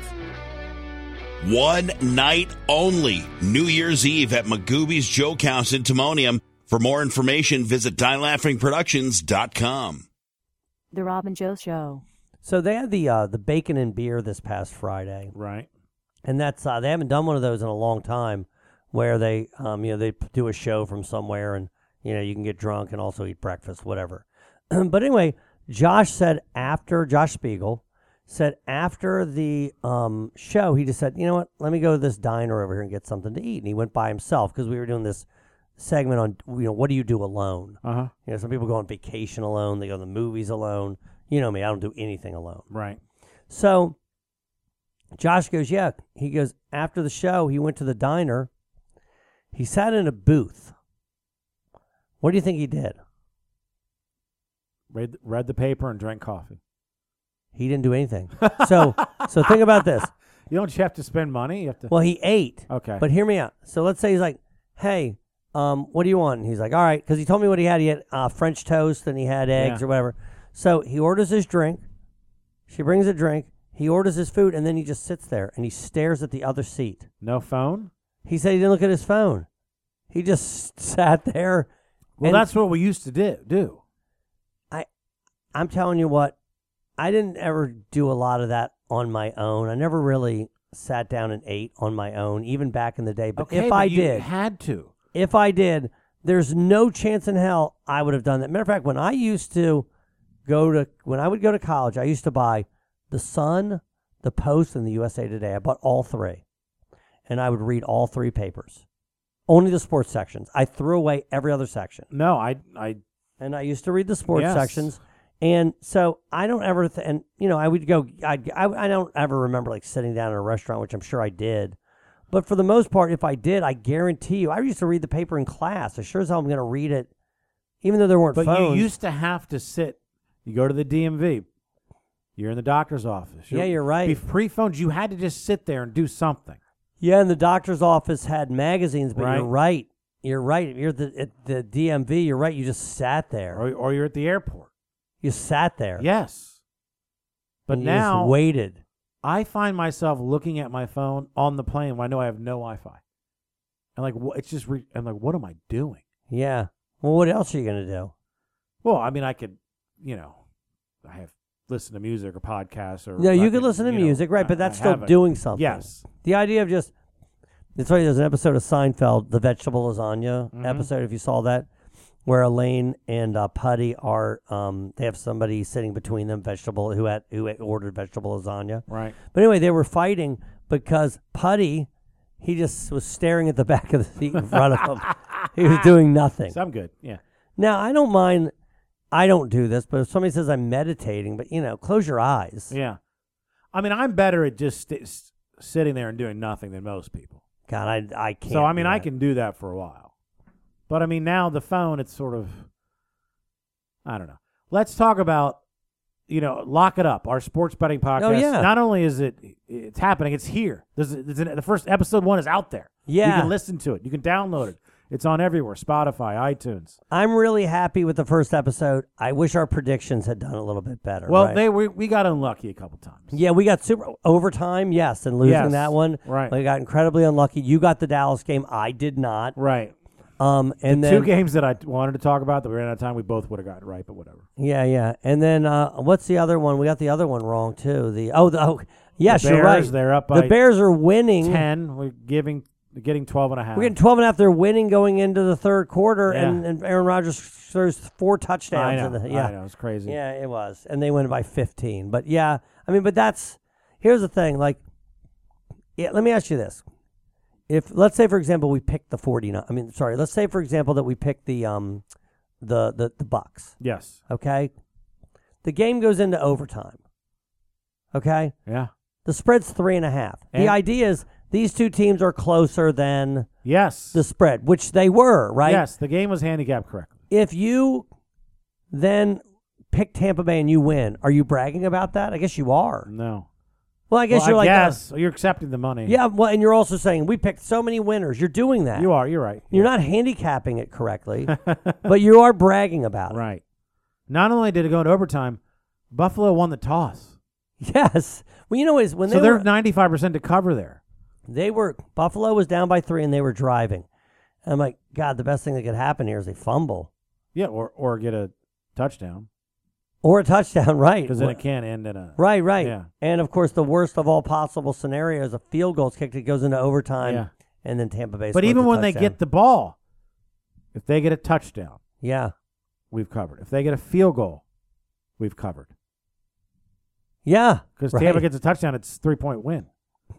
One night only, New Year's Eve at Magoobies Joke House in Timonium. For more information, visit dielaughingproductions.com.
The Robin Joe Show.
So they had the uh, the bacon and beer this past Friday,
right?
And that's uh, they haven't done one of those in a long time, where they um, you know they p- do a show from somewhere and you know you can get drunk and also eat breakfast, whatever. (clears throat) but anyway, Josh said after Josh Spiegel said after the um, show he just said you know what let me go to this diner over here and get something to eat and he went by himself because we were doing this segment on you know what do you do alone?
Uh-huh.
You know, some people go on vacation alone. They go to the movies alone. You know me, I don't do anything alone.
Right.
So Josh goes, yeah. He goes after the show. He went to the diner. He sat in a booth. What do you think he did?
Read read the paper and drank coffee.
He didn't do anything. so so think about this.
You don't you have to spend money. You have to.
Well, he ate.
Okay.
But hear me out. So let's say he's like, hey, um, what do you want? And he's like, all right, because he told me what he had. He had uh, French toast and he had eggs
Yeah.
or whatever. So he orders his drink. She brings a drink. He orders his food and then he just sits there and he stares at the other seat.
No phone.
He said he didn't look at his phone. He just (laughs) sat there.
Well,
and
that's what we used to do. Do
I, I'm telling you what, I didn't ever do a lot of that on my own. I never really sat down and ate on my own, even back in the day. But
okay,
if
but
I
you
did,
had to.
if I did, there's no chance in hell I would have done that. Matter of fact, when I used to go to when I would go to college, I used to buy the Sun, the Post, and the USA Today. I bought all three, and I would read all three papers, only the sports sections. I threw away every other section.
No, I I
and I used to read the sports
Yes.
sections. And so I don't ever, th- and you know, I would go. I'd, I I don't ever remember like sitting down in a restaurant, which I'm sure I did. But for the most part, if I did, I guarantee you, I used to read the paper in class. I sure as hell I'm going to read it, even though there weren't
But
phones.
you used to have to sit. You go to the DMV. You're in the doctor's office.
Yeah, you're right.
Be pre phones. You had to just sit there and do something.
yeah, and the doctor's office had magazines, but
Right.
you're right. You're right. You're the at the DMV. You're right. You just sat there.
Or, or you're at the airport.
You sat there.
Yes. But
And you just
now
waited.
I find myself looking at my phone on the plane when I know I have no Wi-Fi. And like, wha- it's just re- I'm like, what am I doing?
Yeah. Well, what else are you going to do?
Well, I mean, I could, you know, I have listen to music or podcasts or
Yeah, you
I
could listen to
you know,
music, right? But
I- I
that's still
have it.
doing something.
Yes.
The idea of just it's funny. There's an episode of Seinfeld, the vegetable lasagna
Mhm.
episode. If you saw that, where Elaine and uh, Putty are, um, they have somebody sitting between them, vegetable who had who had ordered vegetable lasagna.
Right.
But anyway, they were fighting because Putty, he just was staring at the (laughs) back of the seat in front of him. he
(laughs)
was doing nothing.
So I'm good. Yeah.
Now I don't mind. I don't do this, but if somebody says I'm meditating, but you know, close your eyes.
Yeah. I mean, I'm better at just sti s- sitting there and doing nothing than most people.
God, I I can't.
so I
do
mean, I
that.
can do that for a while. But I mean, now the phone, it's sort of, I don't know. Let's talk about, you know, lock it up. Our sports betting podcast.
Oh, yeah.
Not only is it it's happening, it's here. There's, there's an, the first episode one is out there. You
Yeah.
can listen to it. You can download it. It's on everywhere: Spotify, iTunes.
I'm really happy with the first episode. I wish our predictions had done a little bit better.
Well,
right?
they we, we got unlucky a couple times.
yeah, we got super overtime, yes, and losing
Yes,
that one.
right.
we got incredibly unlucky. You got the Dallas game, I did not.
Right.
Um, and
the
then
two games that I wanted to talk about that we ran out of time, we both would have gotten right, but whatever.
Yeah, yeah, and then uh, what's the other one? We got the other one wrong too. The oh, the, oh yes,
The
you're right.
Bears, they're up
the
by
Bears are winning.
Ten. We're giving They're getting 12 and a half.
We're getting 12 and a half. They're winning going into the third quarter, and, and Aaron Rodgers throws four touchdowns.
I know,
in the,
I
yeah,
know, it's crazy.
Yeah, it was, and they win by 15. But yeah, I mean, but that's here's the thing. Like, yeah, let me ask you this: If let's say, for example, we picked the 49. I mean, sorry, let's say, for example, that we picked the um, the the the Bucks.
Yes.
Okay. The game goes into overtime. Okay.
Yeah.
The spread's three and a half.
And-
the idea is these two teams are closer than
yes
the spread, which they were, right?
Yes, the game was handicapped correctly.
If you then pick Tampa Bay and you win, are you bragging about that? I guess you are.
No.
Well, I guess
Well,
you're like, uh,
guess Oh, you're accepting the money.
yeah. Well, and you're also saying we picked so many winners. You're doing that.
You are. You're right.
You're not handicapping it
(laughs)
correctly, but you are bragging about it.
Right. Not only did it go into overtime, Buffalo won the toss.
Yes. Well, you know is when
so
they
they're
were,
95% to cover there.
they were Buffalo was down by three and they were driving. And I'm like, God, the best thing that could happen here is they fumble
Yeah, or, or get a touchdown.
or a touchdown, (laughs) right?
Because then it can end in a.
Right, right.
Yeah.
And of course, the worst of all possible scenarios: a field goal is kicked, it goes into overtime,
Yeah.
and then Tampa Bay.
But
scores
even
a
when they
touchdown.
get the ball, if they get a touchdown,
yeah,
we've covered. If they get a field goal, we've covered.
yeah,
Because
right.
Tampa gets a touchdown, it's three point win.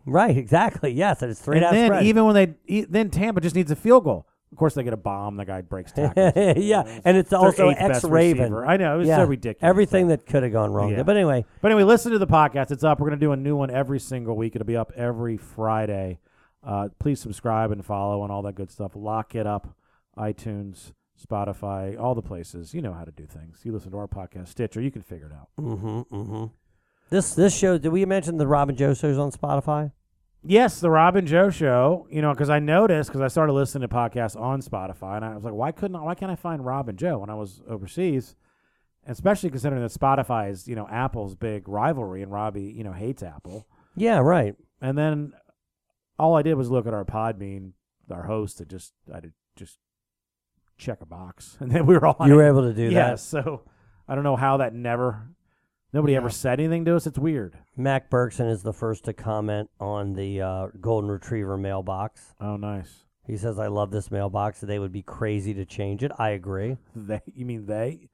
right, exactly, yes, and it's three
and
down
then
spread.
even when they e- then Tampa just needs a field goal. Of course, they get a bomb. The
(laughs)
guy breaks tackles.
yeah, and it's
Their
also
eighth best
ex Raven.
receiver. I know, it was so ridiculous,
Everything that could have gone wrong,
Yeah.
there. but anyway,
But anyway, listen to the podcast. It's up. We're going to do a new one every single week. It'll be up every Friday. Uh, please subscribe and follow and all that good stuff. Lock it up. iTunes, Spotify, all the places. You know how to do things. You listen to our podcast, Stitcher. You can figure it out.
mm-hmm, mm-hmm. this this show. Did we mention the Robin Joe shows on Spotify?
Yes, the Robin Joe Show. You know, because I noticed because I started listening to podcasts on Spotify, and I was like, why couldn't I, why can't I find Robin Joe when I was overseas? And Especially considering that Spotify is you know Apple's big rivalry, and Robbie you know hates Apple.
Yeah, right.
And then all I did was look at our Podbean, our host, and just I did just check a box, (laughs) and then we were all on
You were
it.
able to do
yeah,
that.
So I don't know how that never nobody ever said anything to us. It's weird.
Mac Bergson is the first to comment on the uh, Golden Retriever mailbox.
Oh, nice.
He says, I love this mailbox. They would be crazy to change it. I agree.
They, you mean they?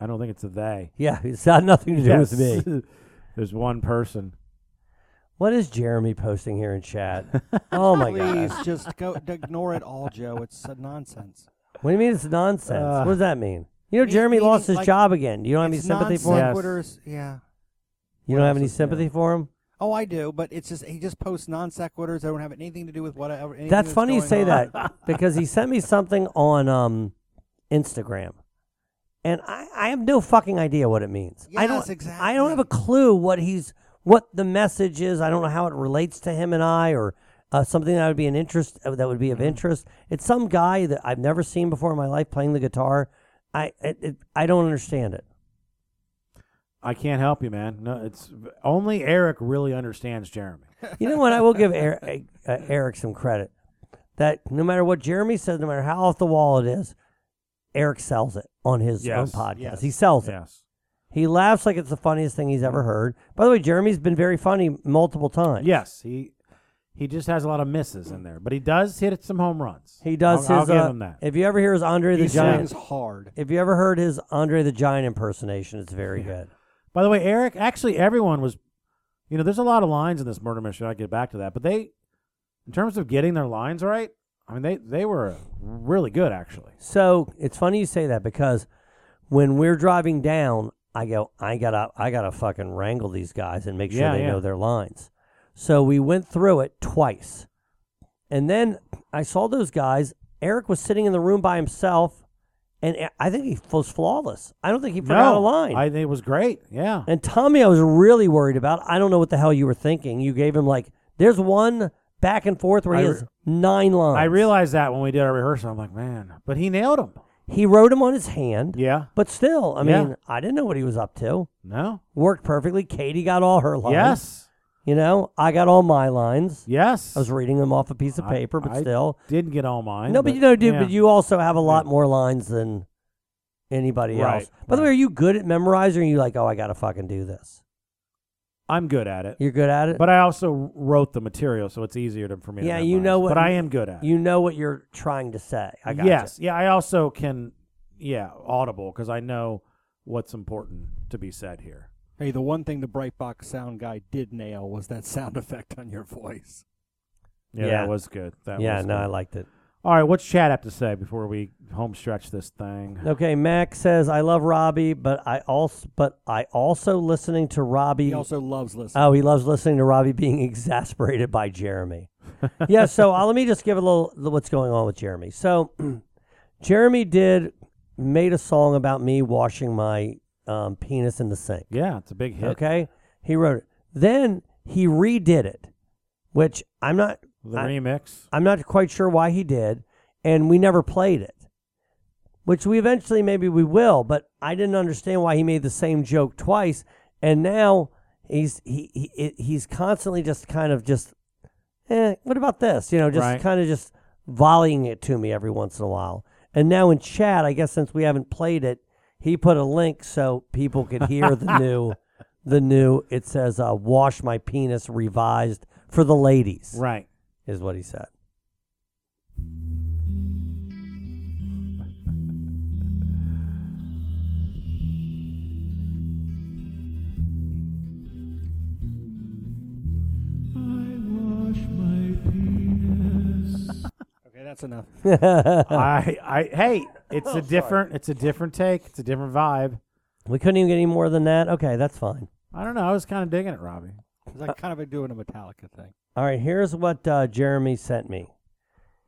I don't think it's a they.
Yeah, (laughs) it's got nothing to do with
Yes.
me.
There's one person.
What is Jeremy posting here in
(laughs)
chat? oh, my
Please
God.
just go ignore it all, Joe. It's nonsense.
What do you mean it's nonsense?
Uh,
what does that mean? You know,
He's
Jeremy
meaning,
lost his
like,
job again. You don't have any
it's
sympathy for
non
him?
sequiturs, Yeah.
You don't have any sympathy for him?
Oh, I do, but it's just he just posts non sequiturs. I don't have anything to do with whatever. anything
That's funny you
going
say
on. (laughs)
that because he sent me something on um, Instagram, and I, I have no fucking idea what it means. I don't
Yes,
I don't have a clue what he's what the message is. I don't know how it relates to him and I or uh, something that would be an interest uh, that would
Mm-hmm.
be of interest. It's some guy that I've never seen before in my life playing the guitar. I it, it, I don't understand it.
I can't help you, man. No, it's only Eric really understands Jeremy.
You know what? I will give Eric, uh, Eric some credit. That no matter what Jeremy says, no matter how off the wall it is, Eric sells it on his
Yes,
own podcast.
yes,
he sells it.
yes.
He laughs like it's the funniest thing he's ever heard. By the way, Jeremy's been very funny multiple times.
Yes, he he just has a lot of misses in there, but he does hit some home runs.
He does
I'll,
his.
I'll give
uh,
him that.
If you ever hear his Andre the
He
Giant,
sings hard.
if you ever heard his Andre the Giant impersonation, it's
(laughs)
very good.
By the way, Eric, actually, everyone was, you know, there's a lot of lines in this murder mission. I get back to that, but they, in terms of getting their lines right, I mean, they they were really good actually.
So it's funny you say that because when we're driving down, I go, I gotta, I gotta fucking wrangle these guys and make sure
Yeah,
they
yeah.
know their lines. So we went through it twice, and then I saw those guys. Eric was sitting in the room by himself, and I- I think he was flawless. I don't think he forgot
no,
a line.
I think it was great. Yeah,
and Tommy, I was really worried about. I don't know what the hell you were thinking. You gave him like, there's one back and forth where he
I
has
re-
nine lines.
I realized that when we did our rehearsal. I'm like, man, but he nailed him.
He wrote them on his hand.
Yeah.
But still, I
Yeah.
mean, I didn't know what he was up to.
No.
Worked perfectly. Katie got all her lines.
Yes.
You know, I got all my lines.
Yes.
I was reading them off a piece of
I-
paper, but
I
still.
didn't get all mine.
no, but, you know, dude,
yeah.
but you also have a lot more lines than anybody
Right,
else. By the way, are you good at memorizing? Or are you like, oh, I got to fucking do this?
I'm good at it.
You're good at it?
But I also wrote the material, so it's easier to, for me to
yeah,
memorize.
you know what.
But I am good at it.
You know what you're trying to say. I got
yes. Yeah, I also can, yeah, audible because I know what's important to be said here.
Hey, the one thing the Brightbox sound guy did nail was that sound (laughs) effect on your voice.
Yeah,
Yeah.
that was good. That
yeah,
was
no,
good.
I liked it.
All right, what's Chad have to say before we home stretch this thing?
Okay, Max says I love Robbie, but I also but I also listening to Robbie.
He also loves listening.
Oh, he loves listening to Robbie being (laughs) exasperated by Jeremy. yeah, so uh, let me just give a little what's going on with Jeremy. So, (clears throat) Jeremy did made a song about me washing my um, penis in the sink.
Yeah, it's a big hit.
Okay, he wrote it. Then he redid it, which I'm not
The
I-
remix.
I'm not quite sure why he did, and we never played it. Which we eventually maybe we will, but I didn't understand why he made the same joke twice, and now he's he, he it- he's constantly just kind of just, eh, what about this? You know, just
Right.
kind of just volleying it to me every once in a while. And now in chat, I guess since we haven't played it, he put a link so people could
(laughs)
hear the new, the new. It says, uh, "Wash my penis revised for the ladies."
Right.
is what he said.
Okay, that's
(laughs)
enough. Oh,
I, I, hey,
(laughs)
it's a different, it's a different take, it's a different vibe.
We couldn't even get any more than that. Okay, that's fine.
I don't know. I was kind of digging it, Robbie.
It's like kind of a doing a Metallica thing.
All right, here's what uh, Jeremy sent me.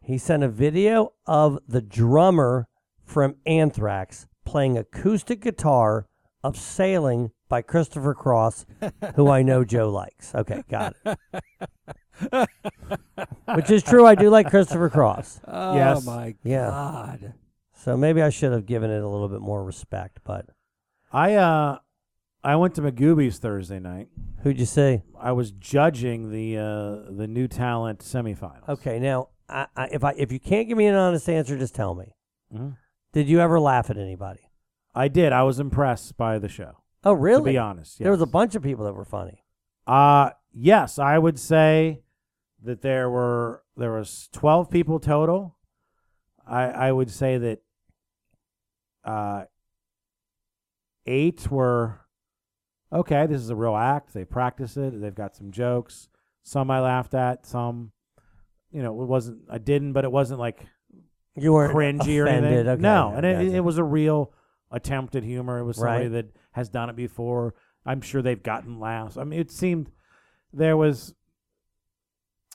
He sent a video of the drummer from Anthrax playing acoustic guitar of Sailing by Christopher Cross, who I know Joe likes. Okay, got it. Which is true. I do like Christopher Cross.
Oh
Yes.
my
Yeah.
god.
So maybe I should have given it a little bit more respect, but
I, uh, I went to Magoobies Thursday night.
who'd you see?
I was judging the uh, the new talent semifinals.
Okay, now I, I, if I if you can't give me an honest answer, just tell me.
Mhm.
Did you ever laugh at anybody?
I did. I was impressed by the show.
Oh, really?
To be honest,
There was a
yes.
bunch of people that were funny.
Uh yes, I would say that there were there was twelve people total. I I would say that uh eight were okay, this is a real act. They practice it, they've got some jokes. Some I laughed at, some you know, it wasn't I didn't, but it wasn't like
You weren't
cringy or
offended.
anything.
Okay,
no,
I
and it,
gotcha.
it was a real attempt at humor. It was somebody
Right.
that has done it before. I'm sure they've gotten laughs. I mean, it seemed there was (laughs)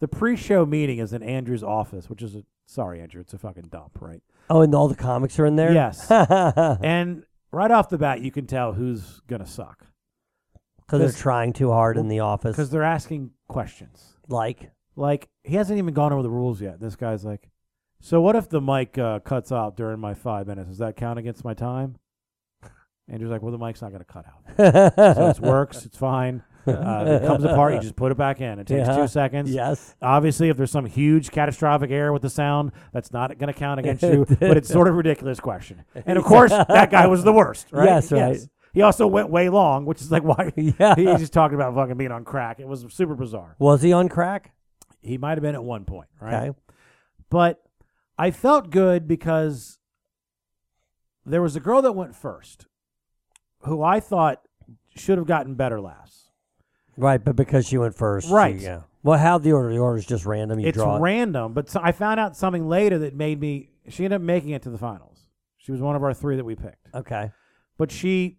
the pre-show meeting is in Andrew's office, which is a sorry, Andrew, it's a fucking dump, right?
Oh, and all the comics are in there. (laughs)
Yes.
because
and right off the bat, you can tell who's gonna suck
they're
'Cause-
trying too hard in the office.
because they're asking questions.
like,
Like he hasn't even gone over the rules yet. This guy's like, "So what if the mic uh, cuts out during my five minutes? Does that count against my time?" (laughs) Andrew's like, "Well, the mic's not going to cut out, so it works. It's fine. Uh, if it comes apart. You just put it back in. It takes
Yeah.
two seconds.
Yes.
Obviously, if there's some huge catastrophic error with the sound, that's not going to count against
(laughs)
you. But it's sort of a ridiculous question. And of course, that guy was the worst, right?
Yes, right.
He also went way long, which is like why
(laughs) Yeah.
(laughs) he's just talking about fucking being on crack. It was super bizarre.
(laughs) was he on crack?
He might have been at one point, right?
Okay.
But I felt good because there was a girl that went first who I thought should have gotten better laughs.
Right, but because she went first. she-
Right.
yeah. Well, how the order? The order is just random. You
it's
draw. it.
random, but so I found out something later that made me. She ended up making it to the finals. She was one of our three that we picked. (laughs)
okay.
But she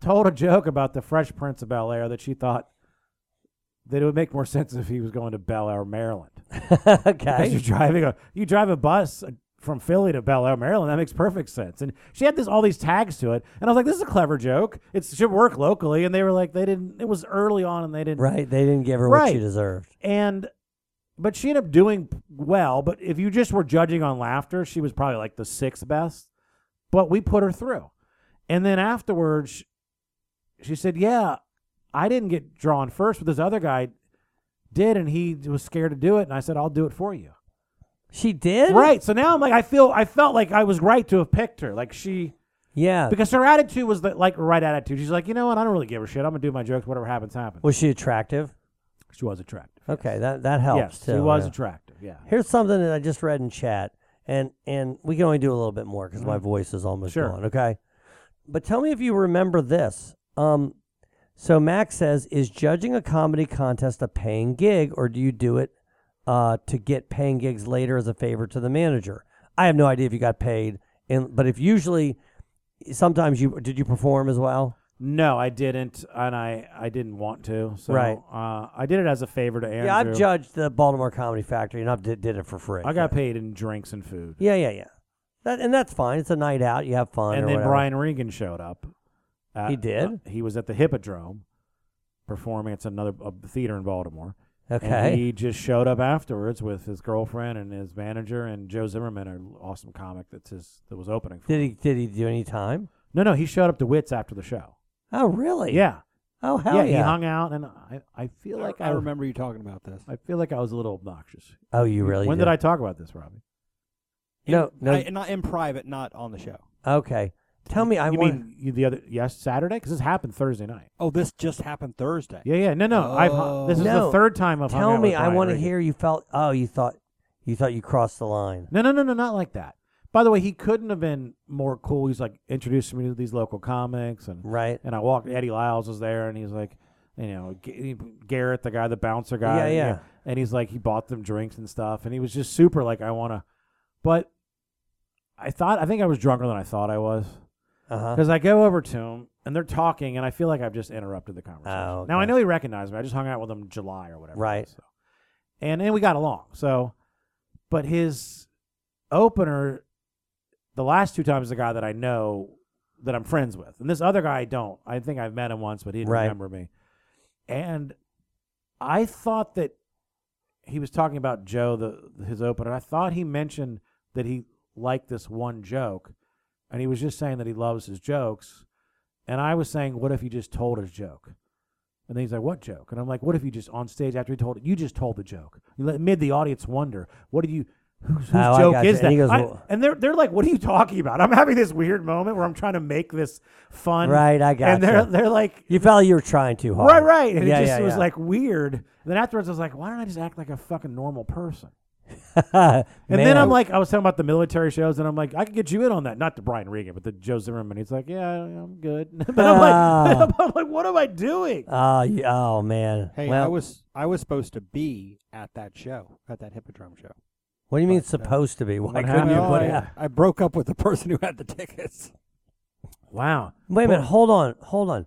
told a joke about the Fresh Prince of Bel Air that she thought that it would make more sense if he was going to Bel Air, Maryland. Because
okay.
you're driving a you drive a bus uh, from Philly to Bel Air, Maryland. That makes perfect sense. And she had this all these tags to it, and I was like, "This is a clever joke. It should work locally." And they were like, "They didn't." It was early on, and they didn't.
(laughs) Right. They didn't give her what she
Right.
deserved.
And but she ended up doing well. But if you just were judging on laughter, she was probably like the sixth best. But we put her through, and then afterwards, she said, "Yeah, I didn't get drawn first, but this other guy." Did and he was scared to do it, and I said, "I'll do it for you."
She did.
Right. So now I'm like, I feel, I felt like I was right to have picked her. Like she,
Yeah.
Because her attitude was the, like right attitude. She's like, you know what? I don't really give a shit. I'm gonna do my jokes. Whatever happens, happens.
Was she attractive?
She was attractive.
Okay, that that helps.
Yes, she
too,
was
yeah.
attractive. Yeah.
Here's something that I just read in chat, and and we can only do a little bit more because my
Mhm.
voice is almost
Sure.
gone. Okay, but tell me if you remember this. Um, so Max says, is judging a comedy contest a paying gig, or do you do it uh, to get paying gigs later as a favor to the manager? I have no idea if you got paid, and but if usually, sometimes you did you perform as well.
No, I didn't, and I I didn't want to. So
Right.
uh, I did it as a favor to Andrew.
Yeah, I've judged the Baltimore Comedy Factory, and I've did, did it for free.
I got paid in drinks and food.
Yeah, yeah, yeah. That and that's fine. It's a night out. You have fun.
and
or
then
whatever.
Brian Regan showed up. at-
He did?
uh, he was at the Hippodrome performing. It's another a theater in Baltimore. And
Okay.
he just showed up afterwards with his girlfriend and his manager and Joe Zimmerman, an awesome comic that's his, that was opening. For
(laughs) did
him.
he did he do any time?
No, no, he showed up to Wits after the show.
Oh, really?
Yeah.
Oh, hell
He
yeah.
hung out, and I, I feel like I,
I remember you talking about this.
I feel like I was a little obnoxious.
Oh, you really?
When did I talk about this, Robbie?
No,
In-
no.
I- not in private, not on the show.
okay. Tell me. I
you
want.
mean you, the other yes Saturday because this happened Thursday night.
Oh, this just happened Thursday.
Yeah, yeah. No, no. I've hung, this is
Oh. No.
the third time I've hung
tell
out
me.
with
I
Brian
want to
Regan.
hear you felt. Oh, you thought you thought you crossed the line.
No, no, no, no, not like that. By the way, he couldn't have been more cool. He's like introducing me to these local comics, and
Right.
and I walked. Eddie Lyles was there, and he's like, you know, G- Garrett, the guy, the bouncer guy,
Yeah,
you
yeah.
know, and he's like, he bought them drinks and stuff, and he was just super like, I want to, but I thought, I think I was drunker than I thought I was,
Uh huh.
because I go over to him and they're talking, and I feel like I've just interrupted the conversation.
Oh,
Now I
okay.
know he recognized me. I just hung out with him in July or whatever. it
Right.
was, so. And and we got along. So, but his opener, the last two times, is a guy that I know that I'm friends with, and this other guy I don't. I think I've met him once, but he didn't
Right.
remember me. And I thought that he was talking about Joe, the his opener. I thought he mentioned that he liked this one joke, and he was just saying that he loves his jokes. And I was saying, what if he just told his joke? And then he's like, what joke? And I'm like, what if you just on stage after he told it, you just told the joke. You let, made the audience wonder, what do you, whose, whose
Oh, I
joke
gotcha.
is
And
that?
he goes,
I-
"Well-"
and they're, they're like, what are you talking about? I'm having this weird moment where I'm trying to make this fun.
Right, I
And they're,
gotcha.
they're like,
You felt you were trying too hard.
right, right. And
yeah,
it just
yeah,
was
(laughs) yeah.
like weird. And then afterwards I was like, why don't I just act like a fucking normal person? And
Man,
then
I-
I'm like, I was talking about the military shows, and I'm like, I could get you in on that. Not to Brian Regan, but the Joe Zimmerman. He's like, yeah, I'm good. (laughs) but I'm
Ah.
like, I'm like, what am I doing?
Oh, y- oh man.
Hey,
well,
I was I was supposed to be at that show, at that Hippodrome show.
What do you mean
but, uh,
supposed to be? Why
what
couldn't you
happened? Oh,
put
I,
it?
out-
I broke up with the person who had the tickets.
Wow.
Wait a minute. Hold on. Hold on.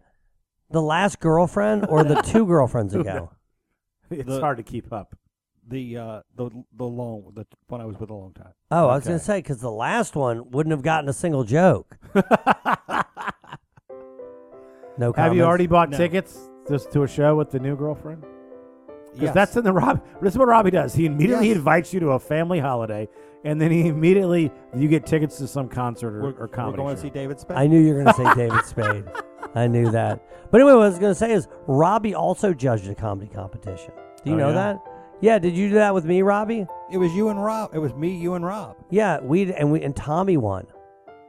The last girlfriend or the
(laughs)
two girlfriends ago?
(laughs) It's
The-
hard to keep up.
The uh the the long the one I was with a long time.
Oh, I was
Okay.
going to say because the last one wouldn't have gotten a
(laughs)
single joke. No.
Have you
comments?
already bought
No.
tickets just to a show with the new girlfriend? Because
Yes.
that's in the Rob. This is what Robbie does. He immediately
Yes.
invites you to a family holiday, and then he immediately you get tickets to some concert or,
we're,
or comedy.
We're going
show.
to see David Spade.
I knew you were going to
(laughs)
say David Spade. I knew that. But anyway, what I was going to say is Robbie also judged a comedy competition. Do you
Oh,
know
yeah?
that? Yeah. Did you do that with me, Robbie?
It was you and Rob. It was me, you and Rob.
Yeah. We and we and Tommy won.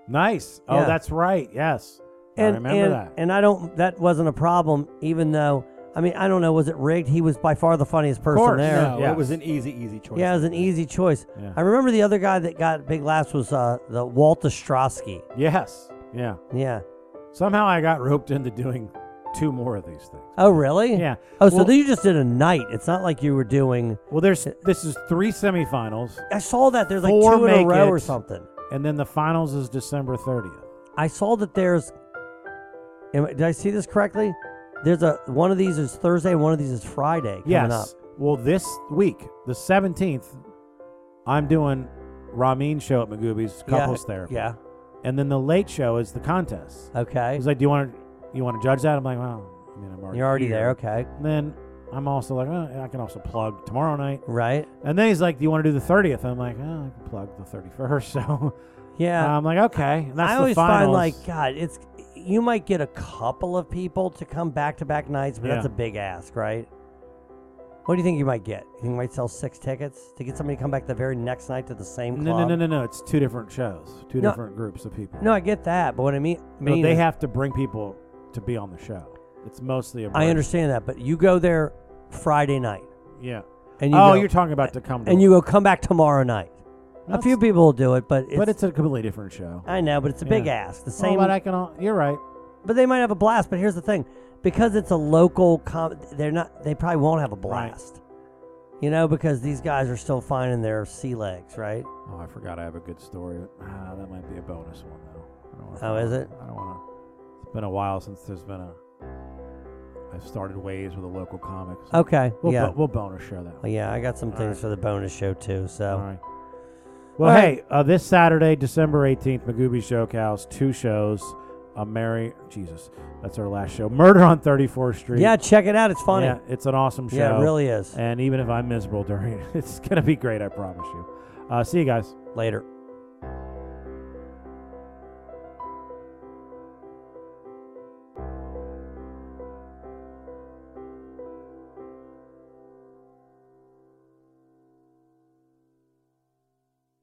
Nice. Oh,
Yeah.
that's right. Yes,
And
I remember
and,
that.
and I don't. That wasn't a problem, even though. I mean, I don't know. Was it rigged? He was by far the funniest person
course,
there.
No,
Yes.
it was an easy, easy choice.
Yeah, it was an easy choice.
Yeah.
I remember the other guy that got big laughs was uh, the Walt Ostrowski.
yes. Yeah.
Yeah.
Somehow I got roped into doing two more of these things.
Oh, really?
Yeah.
Oh, so
Well-
then you just did a night. It's not like you were doing.
Well, there's this is three semifinals,
I saw that there's like
Four
two in a
make
row or
it.
something.
and then the finals is December 30th.
I saw that there's. am I- did I see this correctly? There's a one of these is Thursday and one of these is Friday coming
yes.
up.
Well, this week, the 17th, I'm doing Ramin show at Magoo's couples
yeah,
therapy.
Yeah.
And then the late show is the contest.
Okay.
He's like, "Do you want to you want to judge that?" I'm like, "Well, I mean, I'm already
You're already
here."
there. Okay.
And then I'm also like, oh, "I can also plug tomorrow night."
Right.
And then he's like, "Do you want to do the 30th?" I'm like, "Oh, I can plug the 31st." (laughs) So
Yeah.
I'm like, "Okay." And Um, that's
I
the
always find
finals.
like God, it's you might get a couple of people to come back to back nights, but that's
Yeah.
a big ask, right? What do you think you might get? You think you might sell six tickets to get somebody to come back the very next night to the same club?
No, no, no, no, no. It's two different shows, two
No.
different groups of people.
No, I get that, but what I mean,
No,
mean
they
is-
have to bring people to be on the show. It's mostly a.
I
brand.
understand that, but you go there Friday night.
Yeah.
And you
oh,
go-
you're talking about to come. To
and you go come back tomorrow night. a
That's-
few people will do it, but it's,
but it's a completely different show.
I know, but it's a big ask. The same.
Well, but I can. al- You're right.
But they might have a blast. But here's the thing, because it's a local com, they're not. They probably won't have a blast. You know, because these guys are still finding their sea legs, right?
Oh, I forgot I have a good story. Ah, that might be a bonus one though. I don't wanna-
Oh, is it?
I don't want to. It's been a while since there's been a. I've started waves with a local comic. so
Okay.
We'll,
Oh, yeah.
bo- we'll bonus share that.
Well, Yeah, I got some
All
things
right.
for the bonus show too. So.
All right. Well,
All
hey,
right.
uh, this Saturday, December 18th, Magooby Showhouse, two shows. A Mary, Jesus, that's our last show. Murder on 34th Street.
Yeah, check it out. It's funny.
Yeah, it's an awesome show.
Yeah, it really is.
And even if I'm miserable during it, (laughs) it's going to be great, I promise you. Uh, see you guys.
Later.